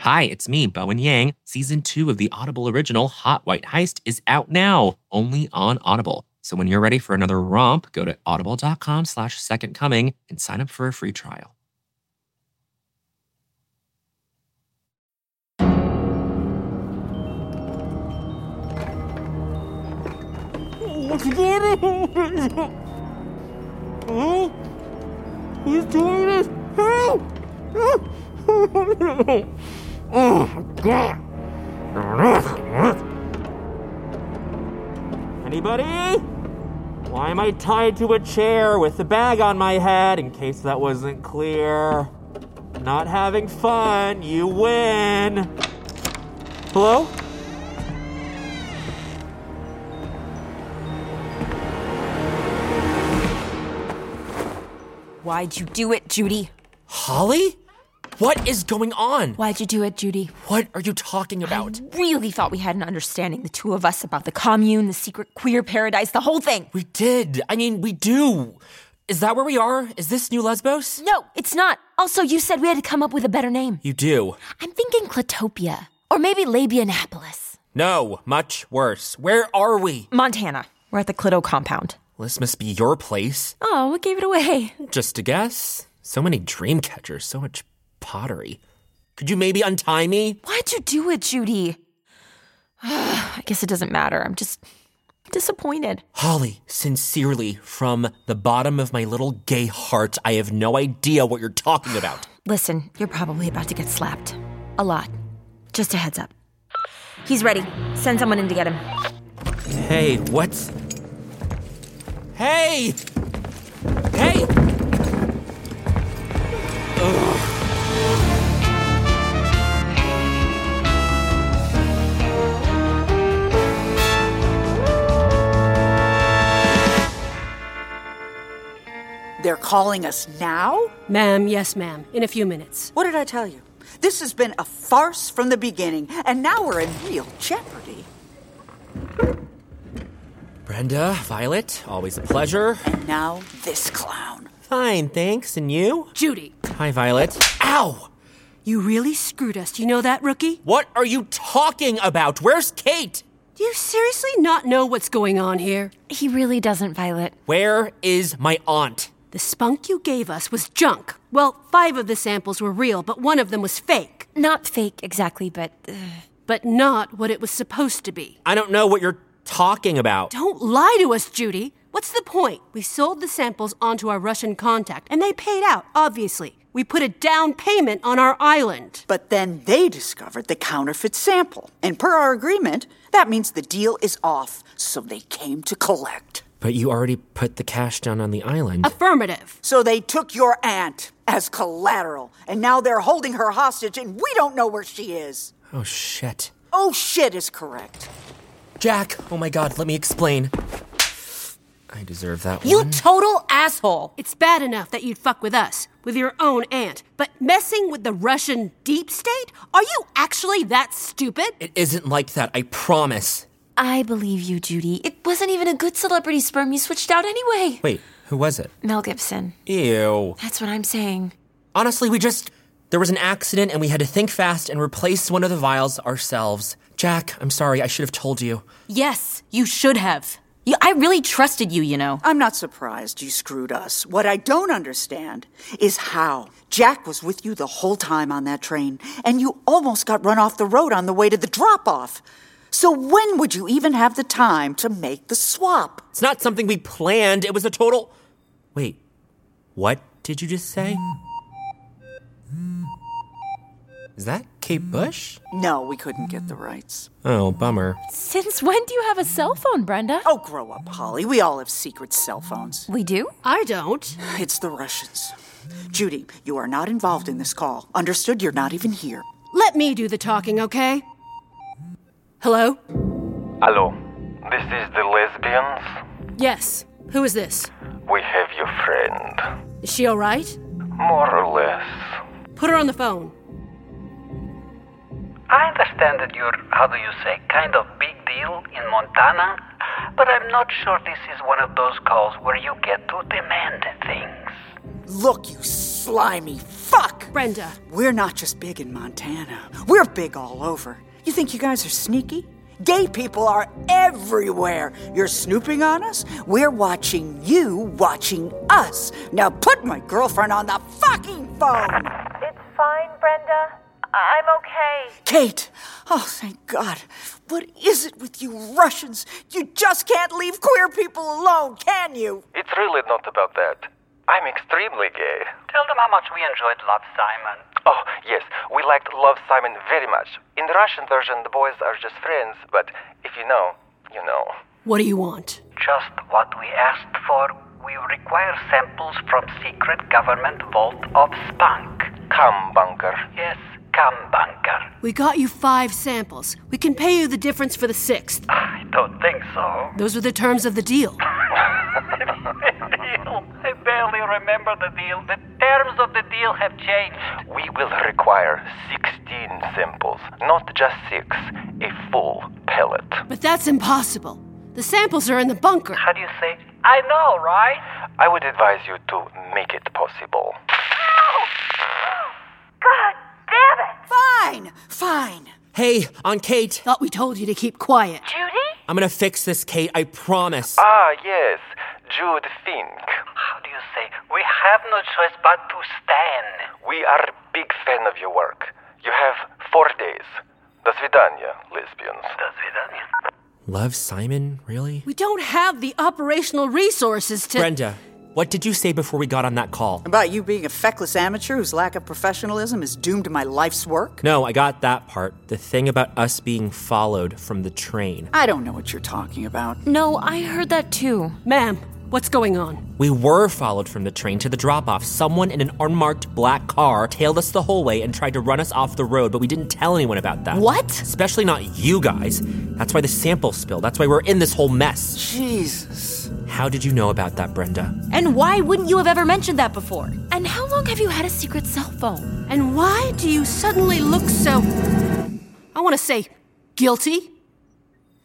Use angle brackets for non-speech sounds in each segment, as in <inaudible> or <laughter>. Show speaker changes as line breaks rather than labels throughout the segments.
Hi, it's me, Bowen Yang. Season two of the Audible original Hot White Heist is out now, only on Audible. So when you're ready for another romp, go to audible.com slash second coming and sign up for a free trial.
What's going on? Help! Who's doing this? Help! <laughs> Help! Oh my god! Anybody? Why am I tied to a chair with a bag on my head? In case that wasn't clear. Not having fun, you win! Hello?
Why'd you do it, Judy?
Holly? What is going on?
Why'd you do it, Judy?
What are you talking about?
Really thought we had an understanding, the two of us, about the commune, the secret queer paradise, the whole thing.
We did. I mean, we do. Is that where we are? Is this New Lesbos?
No, it's not. Also, you said we had to come up with a better name.
You do.
I'm thinking Clatopia, or maybe Labianapolis.
No, much worse. Where are we?
Montana. We're at the Clito compound.
This must be your place.
Oh, what gave it away?
Just a guess. So many dream catchers, so much pottery. Could you maybe untie me?
Why'd you do it, Judy? <sighs> I guess it doesn't matter. I'm just disappointed.
Holly, sincerely, from the bottom of my little gay heart, I have no idea what you're talking about.
Listen, you're probably about to get slapped. A lot. Just a heads up. He's ready. Send someone in to get him.
Hey, what? Hey! Hey!
They're calling us now?
Ma'am, yes, ma'am. In a few minutes.
What did I tell you? This has been a farce from the beginning, and now we're in real jeopardy.
Brenda, Violet, always a pleasure.
Now, this clown.
Fine, thanks. And you?
Judy,
Hi, Violet. Ow!
you really screwed us. Do you know that, rookie?
What are you talking about? Where's Kate?
Do you seriously not know what's going on here?
He really doesn't, Violet.
Where is my aunt?
The spunk you gave us was junk. Well, five of the samples were real, but one of them was fake.
Not fake exactly, but uh,
But not what it was supposed to be.
I don't know what you're talking about.
Don't lie to us, Judy. What's the point? We sold the samples onto our Russian contact, and they paid out, obviously. We put a down payment on our island.
But then they discovered the counterfeit sample. And per our agreement, that means the deal is off, so they came to collect.
But you already put the cash down on the island.
Affirmative.
So they took your aunt as collateral, and now they're holding her hostage, and we don't know where she is.
Oh, shit.
Oh, shit is correct.
Jack, oh my god, let me explain. I deserve that
you
one.
total asshole.
It's bad enough that you'd fuck with us, with your own aunt, but messing with the Russian deep state? Are you actually that stupid?
It isn't like that, I promise.
I believe you, Judy. It wasn't even a good celebrity sperm you switched out anyway.
Wait, who was it?
Mel Gibson.
Ew.
That's what I'm saying.
Honestly, we just. There was an accident and we had to think fast and replace one of the vials ourselves. Jack, I'm sorry, I should have told you.
Yes, you should have. You, I really trusted you, you know.
I'm not surprised you screwed us. What I don't understand is how. Jack was with you the whole time on that train, and you almost got run off the road on the way to the drop off. So when would you even have the time to make the swap?
It's not something we planned, it was a total. Wait, what did you just say? Is that Kate Bush?
No, we couldn't get the rights.
Oh, bummer.
Since when do you have a cell phone, Brenda?
Oh, grow up, Holly. We all have secret cell phones.
We do?
I don't.
It's the Russians. Judy, you are not involved in this call. Understood? You're not even here.
Let me do the talking, okay? Hello?
Hello, this is the lesbians.
Yes. Who is this?
We have your friend.
Is she all right?
More or less.
Put her on the phone.
I understand that you're, how do you say, kind of big deal in Montana, but I'm not sure this is one of those calls where you get to demand things.
Look, you slimy fuck!
Brenda,
We're not just big in Montana, we're big all over. You think you guys are sneaky? Gay people are everywhere. You're snooping on us? We're watching you watching us. Now put my girlfriend on the fucking phone!
It's fine, Brenda. I- I'm okay.
Kate! Oh, thank God. What is it with you Russians? You just can't leave queer people alone, can you?
It's really not about that. I'm extremely gay.
Tell them how much we enjoyed Love, Simon.
Oh, yes, we liked Love Simon very much. In the Russian version, the boys are just friends, but if you know, you know.
what do you want?
Just what we asked for. We require samples from secret government vault of spunk.
Come, bunker.
Yes, come, bunker.
We got you five samples. We can pay you the difference for the sixth.
I don't think so.
Those were the terms of the deal.
deal. <laughs> I barely remember the deal. The terms of the deal have changed.
We will require 16 samples, not just six, a full pellet.
But that's impossible. The samples are in the bunker.
How do you say? I know, right?
I would advise you to make it possible.
God damn it!
Fine, fine.
Hey, on Kate.
Thought we told you to keep quiet.
Judy?
I'm gonna fix this, Kate. I promise.
Ah, yes, Jude Fink.
How do you say? We have no choice but to stand.
We are a big fan of your work. You have four days. До свидания, lesbians.
Love Simon? Really?
We don't have the operational resources to.
Brenda, what did you say before we got on that call?
About you being a feckless amateur whose lack of professionalism is doomed to my life's work?
No, I got that part. The thing about us being followed from the train.
I don't know what you're talking about.
No, I heard that too.
Ma'am, what's going on?
We were followed from the train to the drop off. Someone in an unmarked black car tailed us the whole way and tried to run us off the road, but we didn't tell anyone about that.
What?
Especially not you guys. That's why the sample spill. That's why we're in this whole mess.
Jesus.
How did you know about that, Brenda?
And why wouldn't you have ever mentioned that before? And how long have you had a secret cell phone?
And why do you suddenly look so. I want to say guilty?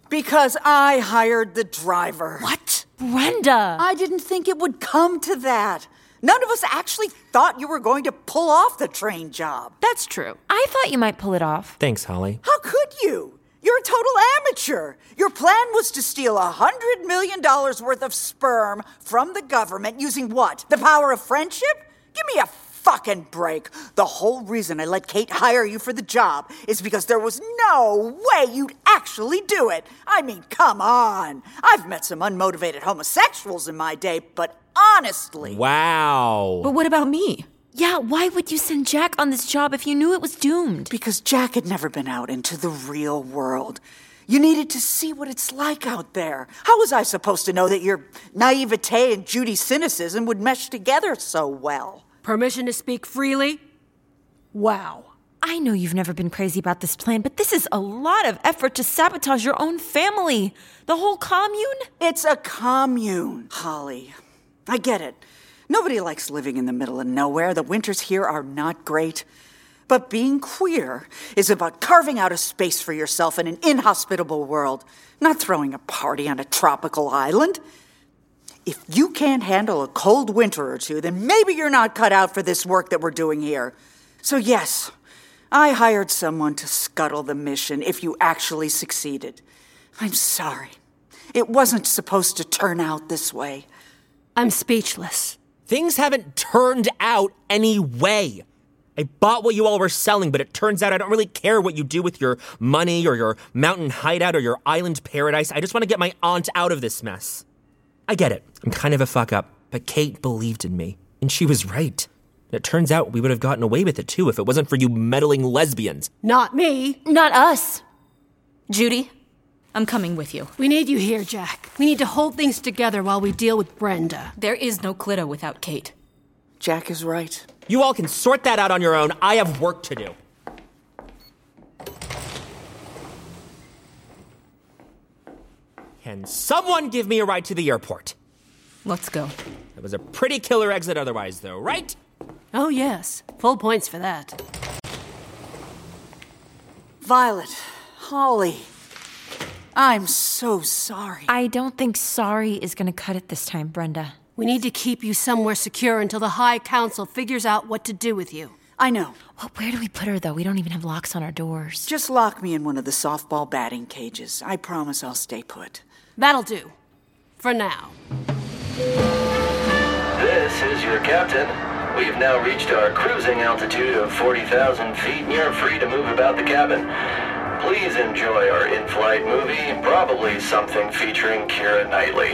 Because I hired the driver.
What?
Brenda!
I didn't think it would come to that. None of us actually thought you were going to pull off the train job.
That's true.
I thought you might pull it off.
Thanks, Holly.
How could you? You're a total amateur. Your plan was to steal a $100 million worth of sperm from the government using what? The power of friendship? Give me a fucking break. The whole reason I let Kate hire you for the job is because there was no way you'd actually do it. I mean, come on. I've met some unmotivated homosexuals in my day, but honestly.
Wow.
But what about me? Yeah, why would you send Jack on this job if you knew it was doomed?
Because Jack had never been out into the real world. You needed to see what it's like out there. How was I supposed to know that your naivete and Judy's cynicism would mesh together so well?
Permission to speak freely? Wow.
I know you've never been crazy about this plan, but this is a lot of effort to sabotage your own family. The whole commune?
It's a commune, Holly. I get it. Nobody likes living in the middle of nowhere. The winters here are not great. But being queer is about carving out a space for yourself in an inhospitable world, not throwing a party on a tropical island. If you can't handle a cold winter or two, then maybe you're not cut out for this work that we're doing here. So, yes, I hired someone to scuttle the mission if you actually succeeded. I'm sorry. It wasn't supposed to turn out this way.
I'm speechless.
Things haven't turned out anyway. I bought what you all were selling, but it turns out I don't really care what you do with your money or your mountain hideout or your island paradise. I just want to get my aunt out of this mess. I get it. I'm kind of a fuck up, but Kate believed in me, and she was right. And it turns out we would have gotten away with it too if it wasn't for you meddling lesbians.
Not me.
Not us. Judy, I'm coming with you.
We need you here, Jack. We need to hold things together while we deal with Brenda.
There is no Clitta without Kate.
Jack is right.
You all can sort that out on your own. I have work to do. Can someone give me a ride to the airport?
Let's go.
That was a pretty killer exit otherwise, though, right?
Oh, yes. Full points for that.
Violet, Holly, I'm so sorry.
I don't think sorry is gonna cut it this time, Brenda.
We need to keep you somewhere secure until the High Council figures out what to do with you.
I know.
Well, where do we put her, though? We don't even have locks on our doors.
Just lock me in one of the softball batting cages. I promise I'll stay put.
That'll do. For now.
This is your captain. We have now reached our cruising altitude of 40,000 feet and you're free to move about the cabin. Please enjoy our in-flight movie, probably something featuring Kira Knightley.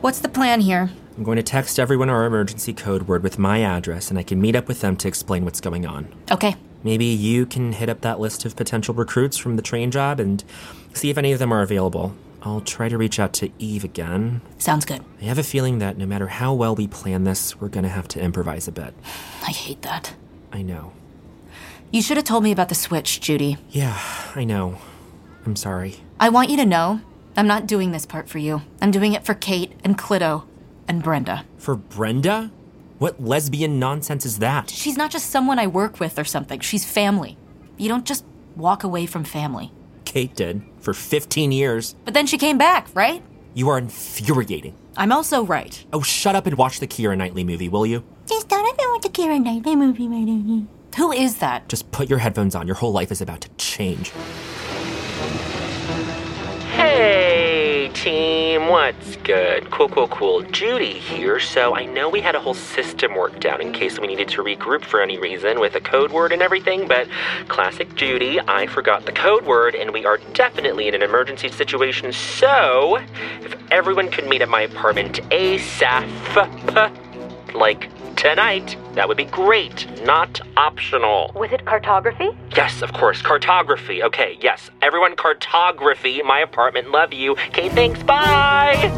What's the plan here?
I'm going to text everyone our emergency code word with my address, and I can meet up with them to explain what's going on.
Okay.
Maybe you can hit up that list of potential recruits from the train job and see if any of them are available. I'll try to reach out to Eve again.
Sounds good.
I have a feeling that no matter how well we plan this, we're going to have to improvise a bit.
I hate that.
I know.
You should have told me about the switch, Judy.
Yeah, I know. I'm sorry.
I want you to know I'm not doing this part for you. I'm doing it for Kate and Clito and Brenda.
For Brenda? What lesbian nonsense is that?
She's not just someone I work with or something. She's family. You don't just walk away from family.
Kate did for 15 years.
But then she came back, right?
You are infuriating.
I'm also right.
Oh, shut up and watch the Kira Knightley movie, will you?
Just don't even watch the Kira Knightley movie, right? Who is that?
Just put your headphones on. Your whole life is about to change.
Hey, team, what's good? Cool, cool, cool. Judy here. So I know we had a whole system worked out in case we needed to regroup for any reason with a code word and everything, but classic Judy, I forgot the code word, and we are definitely in an emergency situation. So if everyone could meet at my apartment ASAP, <laughs> like tonight, that would be great. Not optional.
Was it cartography?
Yes, of course. Cartography. Okay, yes. Everyone, cartography. My apartment. Love you. Okay, thanks. Bye.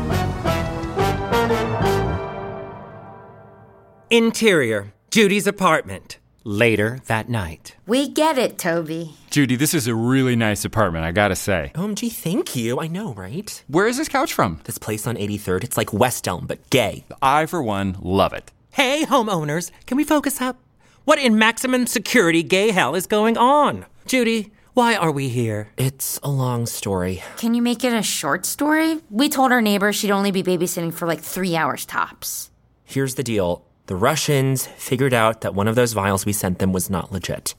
Interior Judy's apartment. Later that night.
We get it, Toby.
Judy, this is a really nice apartment, I gotta say.
OMG, thank you. I know, right?
Where is this couch from?
This place on 83rd. It's like West Elm, but gay.
I, for one, love it.
Hey,
<gasps>
homeowners, can we focus up? What in maximum security gay hell is going on? Judy, why are we here?
It's a long story.
Can you make it a short story? We told our neighbor she'd only be babysitting for like three hours tops.
Here's the deal the Russians figured out that one of those vials we sent them was not legit.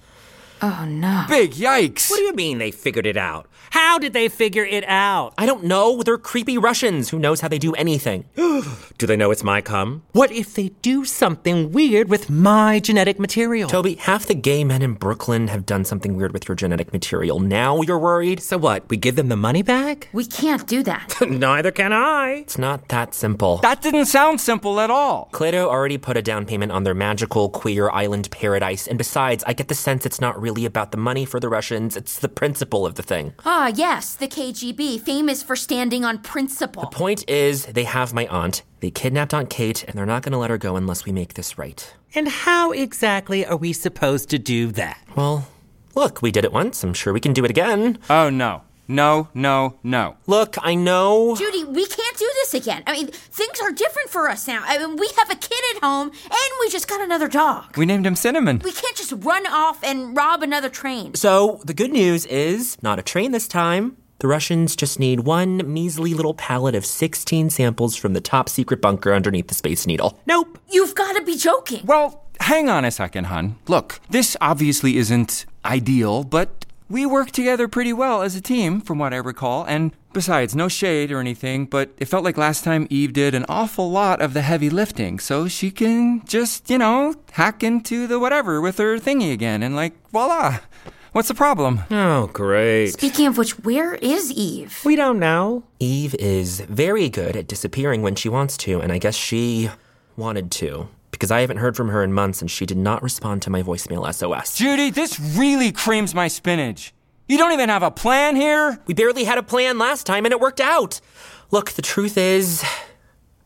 Oh no.
Big yikes!
What do you mean they figured it out? How did they figure it out?
I don't know. They're creepy Russians. Who knows how they do anything?
do they know it's my cum? What if they do something weird with my genetic material?
Toby, half the gay men in Brooklyn have done something weird with your genetic material. Now you're worried?
So what? We give them the money back?
We can't do that.
<laughs> Neither can I.
It's not that simple.
That didn't sound simple at all.
Clado already put a down payment on their magical queer island paradise, and besides, I get the sense it's not really about the money for the Russians. It's the principle of the thing.
Ah, yes, the KGB, famous for standing on principle.
The point is, they have my aunt. They kidnapped Aunt Kate, and they're not going to let her go unless we make this right.
And how exactly are we supposed to do that?
Well, look, we did it once. I'm sure we can do it again.
Oh, no. No, no, no.
Look, I know.
Judy, we can't do this again. I mean, things are different for us now. I mean, we have a kid at home, and we just got another dog.
We named him Cinnamon.
We can't just run off and rob another train.
So, the good news is not a train this time. The Russians just need one measly little pallet of 16 samples from the top secret bunker underneath the Space Needle.
Nope.
You've got to be joking.
Well, hang on a second, hun. Look, this obviously isn't ideal, but we worked together pretty well as a team, from what I recall, and besides, no shade or anything, but it felt like last time Eve did an awful lot of the heavy lifting, so she can just, you know, hack into the whatever with her thingy again, and like, voila! What's the problem?
Oh, great.
Speaking of which, where is Eve?
We don't know.
Eve is very good at disappearing when she wants to, and I guess she wanted to because I haven't heard from her in months and she did not respond to my voicemail SOS.
Judy, this really creams my spinach. You don't even have a plan here?
We barely had a plan last time and it worked out. Look, the truth is,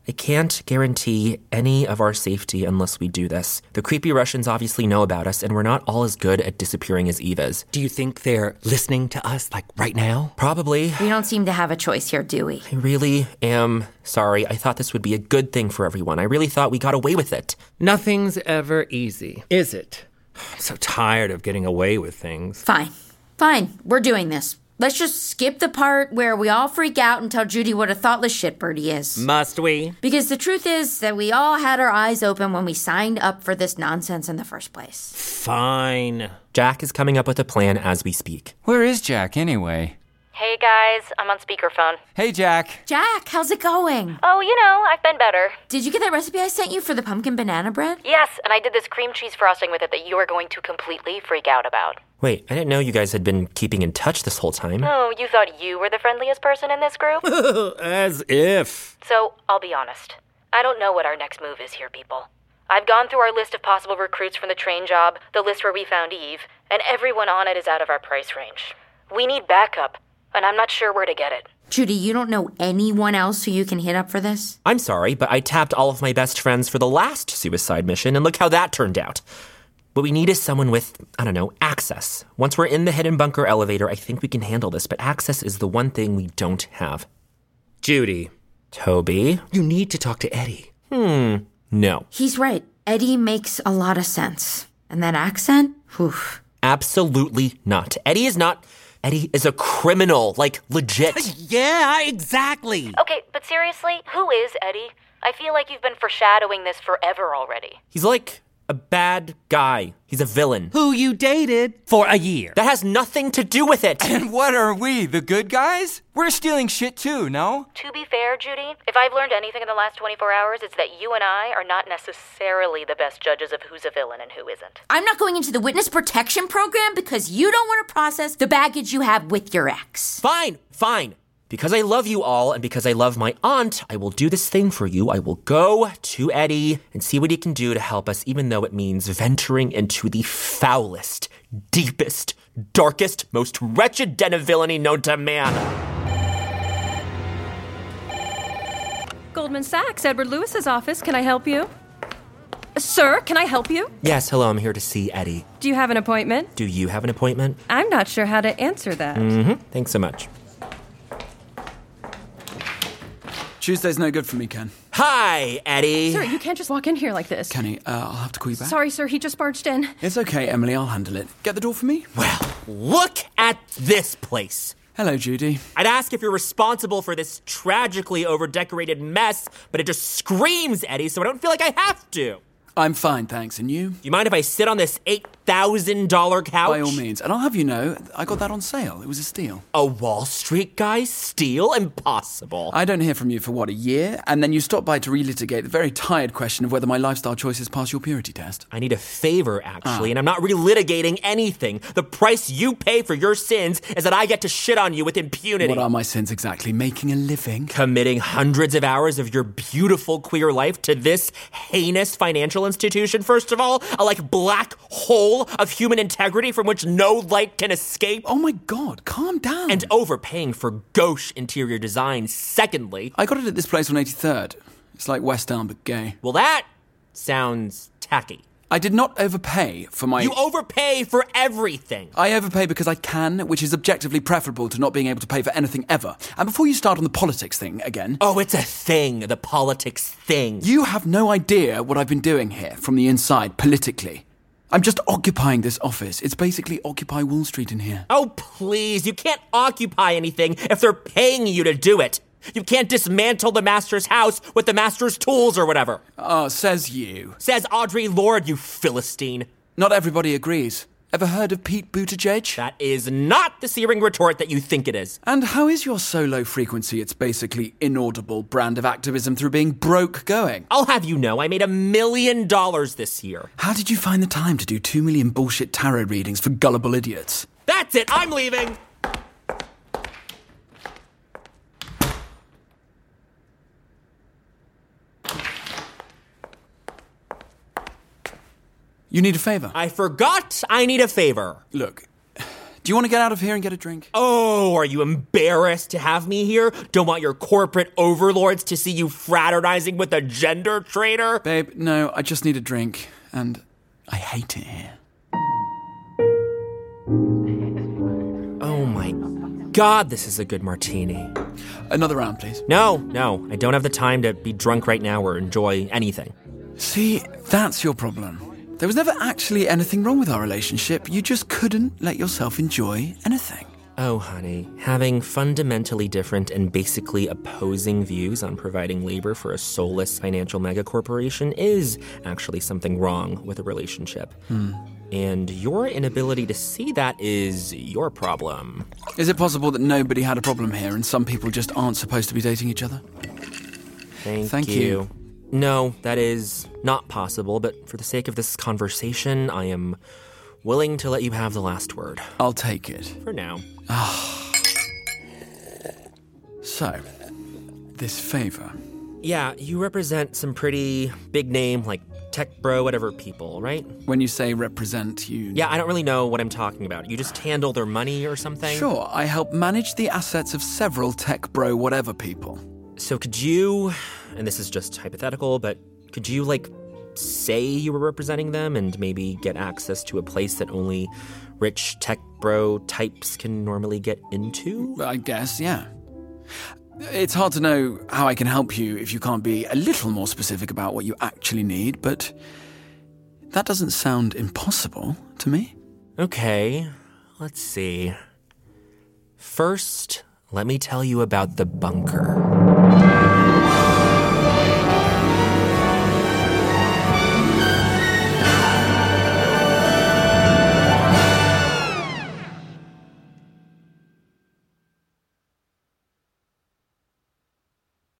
I can't guarantee any of our safety unless we do this. The creepy Russians obviously know about us, and we're not all as good at disappearing as Eve is.
Do you think they're listening to us, like right now?
Probably.
We don't seem to have a choice here, do we?
I really am Sorry, I thought this would be a good thing for everyone. I really thought we got away with it.
Nothing's ever easy, <sighs> is it? I'm so tired of getting away with things.
Fine. Fine. We're doing this. Let's just skip the part where we all freak out and tell Judy what a thoughtless shitbird he is.
Must we?
Because the truth is that we all had our eyes open when we signed up for this nonsense in the first place.
Fine. Jack is coming up with a plan as we speak.
Where is Jack anyway?
Hey guys, I'm on speakerphone.
Hey, Jack.
Jack, how's it going?
Oh, you know, I've been better.
Did you get that recipe I sent you for the pumpkin banana bread?
Yes, and I did this cream cheese frosting with it that you are going to completely freak out about.
Wait, I didn't know you guys had been keeping in touch this whole time.
Oh, you thought you were the friendliest person in this
<laughs>
group?
<laughs> As if.
so, I'll be honest. I don't know what our next move is here, people. I've gone through our list of possible recruits from the train job, the list where we found Eve, and everyone on it is out of our price range. We need backup, and I'm not sure where to get it.
Judy, you don't know anyone else who you can hit up for this?
I'm sorry, but I tapped all of my best friends for the last suicide mission, and look how that turned out. What we need is someone with, I don't know, access. Once we're in the hidden bunker elevator, I think we can handle this, but access is the one thing we don't have. Judy. Toby. You need to talk to Eddie. Hmm. No.
He's right. Eddie makes a lot of sense. And that accent? Whew.
Absolutely not. Eddie is not. Eddie is a criminal, like legit.
<laughs> Yeah, exactly.
Okay, but seriously, who is Eddie? I feel like you've been foreshadowing this forever already.
He's like a bad guy. He's a villain.
Who you dated for a year.
That has nothing to do with it.
And what are we, the good guys? We're stealing shit too, no?
To be fair, Judy, if I've learned anything in the last 24 hours, it's that you and I are not necessarily the best judges of who's a villain and who isn't.
I'm not going into the witness protection program because you don't want to process the baggage you have with your ex.
Fine, fine. Because I love you all and because I love my aunt, I will do this thing for you. I will go to Eddie and see what he can do to help us, even though it means venturing into the foulest, deepest, darkest, most wretched den of villainy known to man.
Goldman Sachs, Edward Lewis's office. Can I help you? Sir, can I help you?
Yes, hello, I'm here to see Eddie.
Do you have an appointment?
Do you have an appointment?
I'm not sure how to answer that.
Mm hmm. Thanks so much.
Tuesday's no good for me, Ken.
Hi, Eddie.
Sir, you can't just walk in here like this.
Kenny, uh, I'll have to call you back.
Sorry, sir, he just barged in.
It's okay, Emily. I'll handle it. Get the door for me.
Well, look at this place.
Hello, Judy.
I'd ask if you're responsible for this tragically overdecorated mess, but it just screams, Eddie, so I don't feel like I have to.
I'm fine, thanks. And you?
Do you mind if I sit on this $8,000 couch?
By all means. And I'll have you know, I got that on sale. It was a steal.
A Wall Street guy steal? Impossible.
I don't hear from you for what, a year? And then you stop by to relitigate the very tired question of whether my lifestyle choices pass your purity test. Ah.
I need a favor, actually, and I'm not relitigating anything. The price you pay for your sins is that I get to shit on you with impunity.
What are my sins exactly? Making a living?
Committing hundreds of hours of your beautiful queer life to this heinous financial institution, first of all, a like black hole of human integrity from which no light can escape.
Oh my god, calm down.
And overpaying for gauche interior design, secondly.
I got it at this place on 83rd. It's like West Elm, but gay.
Well, that sounds tacky.
I did not overpay for my.
You overpay for everything.
I overpay because I can, which is objectively preferable to not being able to pay for anything ever. And before you start on the politics thing again,
Oh, it's a thing, the politics thing.
you have no idea what I've been doing here from the inside politically. I'm just occupying this office. It's basically Occupy Wall Street in here.
Oh, please, you can't occupy anything if they're paying you to do it. You can't dismantle the master's house with the master's tools or whatever.
Ah, says you.
Says Audrey Lorde, you Philistine.
Not everybody agrees. Ever heard of Pete Buttigieg?
That is not the searing retort that you think it is.
And how is your so low frequency, it's basically inaudible brand of activism through being broke going?
I'll have you know I made a million dollars this year.
How did you find the time to do two million bullshit tarot readings for gullible idiots?
That's it, I'm leaving.
You need a favour.
I forgot I need a favor.
Look, do you want to get out of here and get a drink?
Oh, are you embarrassed to have me here? Don't want your corporate overlords to see you fraternizing with a gender traitor?
Babe, no, I just need a drink, and I hate it here.
Oh my god, this is a good martini.
Another round, please.
No, no, I don't have the time to be drunk right now or enjoy anything.
See, that's your problem. There was never actually anything wrong with our relationship. You just couldn't let yourself enjoy anything.
Oh, honey, having fundamentally different and basically opposing views on providing labor for a soulless financial megacorporation is actually something wrong with a relationship.
Hmm.
And your inability to see that is your problem.
Is it possible that nobody had a problem here and some people just aren't supposed to be dating each other?
Thank,
Thank you.
No, that is not possible, but for the sake of this conversation, I am willing to let you have the last word.
I'll take it. Ah.
For now.
So, this favor.
Yeah, you represent some pretty big name, like tech bro, whatever people, right?
When you say represent, you.
Yeah, I don't really know what I'm talking about. You just handle their money or something?
Sure, I help manage the assets of several tech bro whatever people.
So could you, and this is just hypothetical, but could you, like, say you were representing them and maybe get access to a place that only rich tech bro types can normally get into?
I guess, yeah. It's hard to know how I can help you if you can't be a little more specific about what you actually need, but that doesn't sound impossible to me.
Okay, let's see. First, let me tell you about the bunker.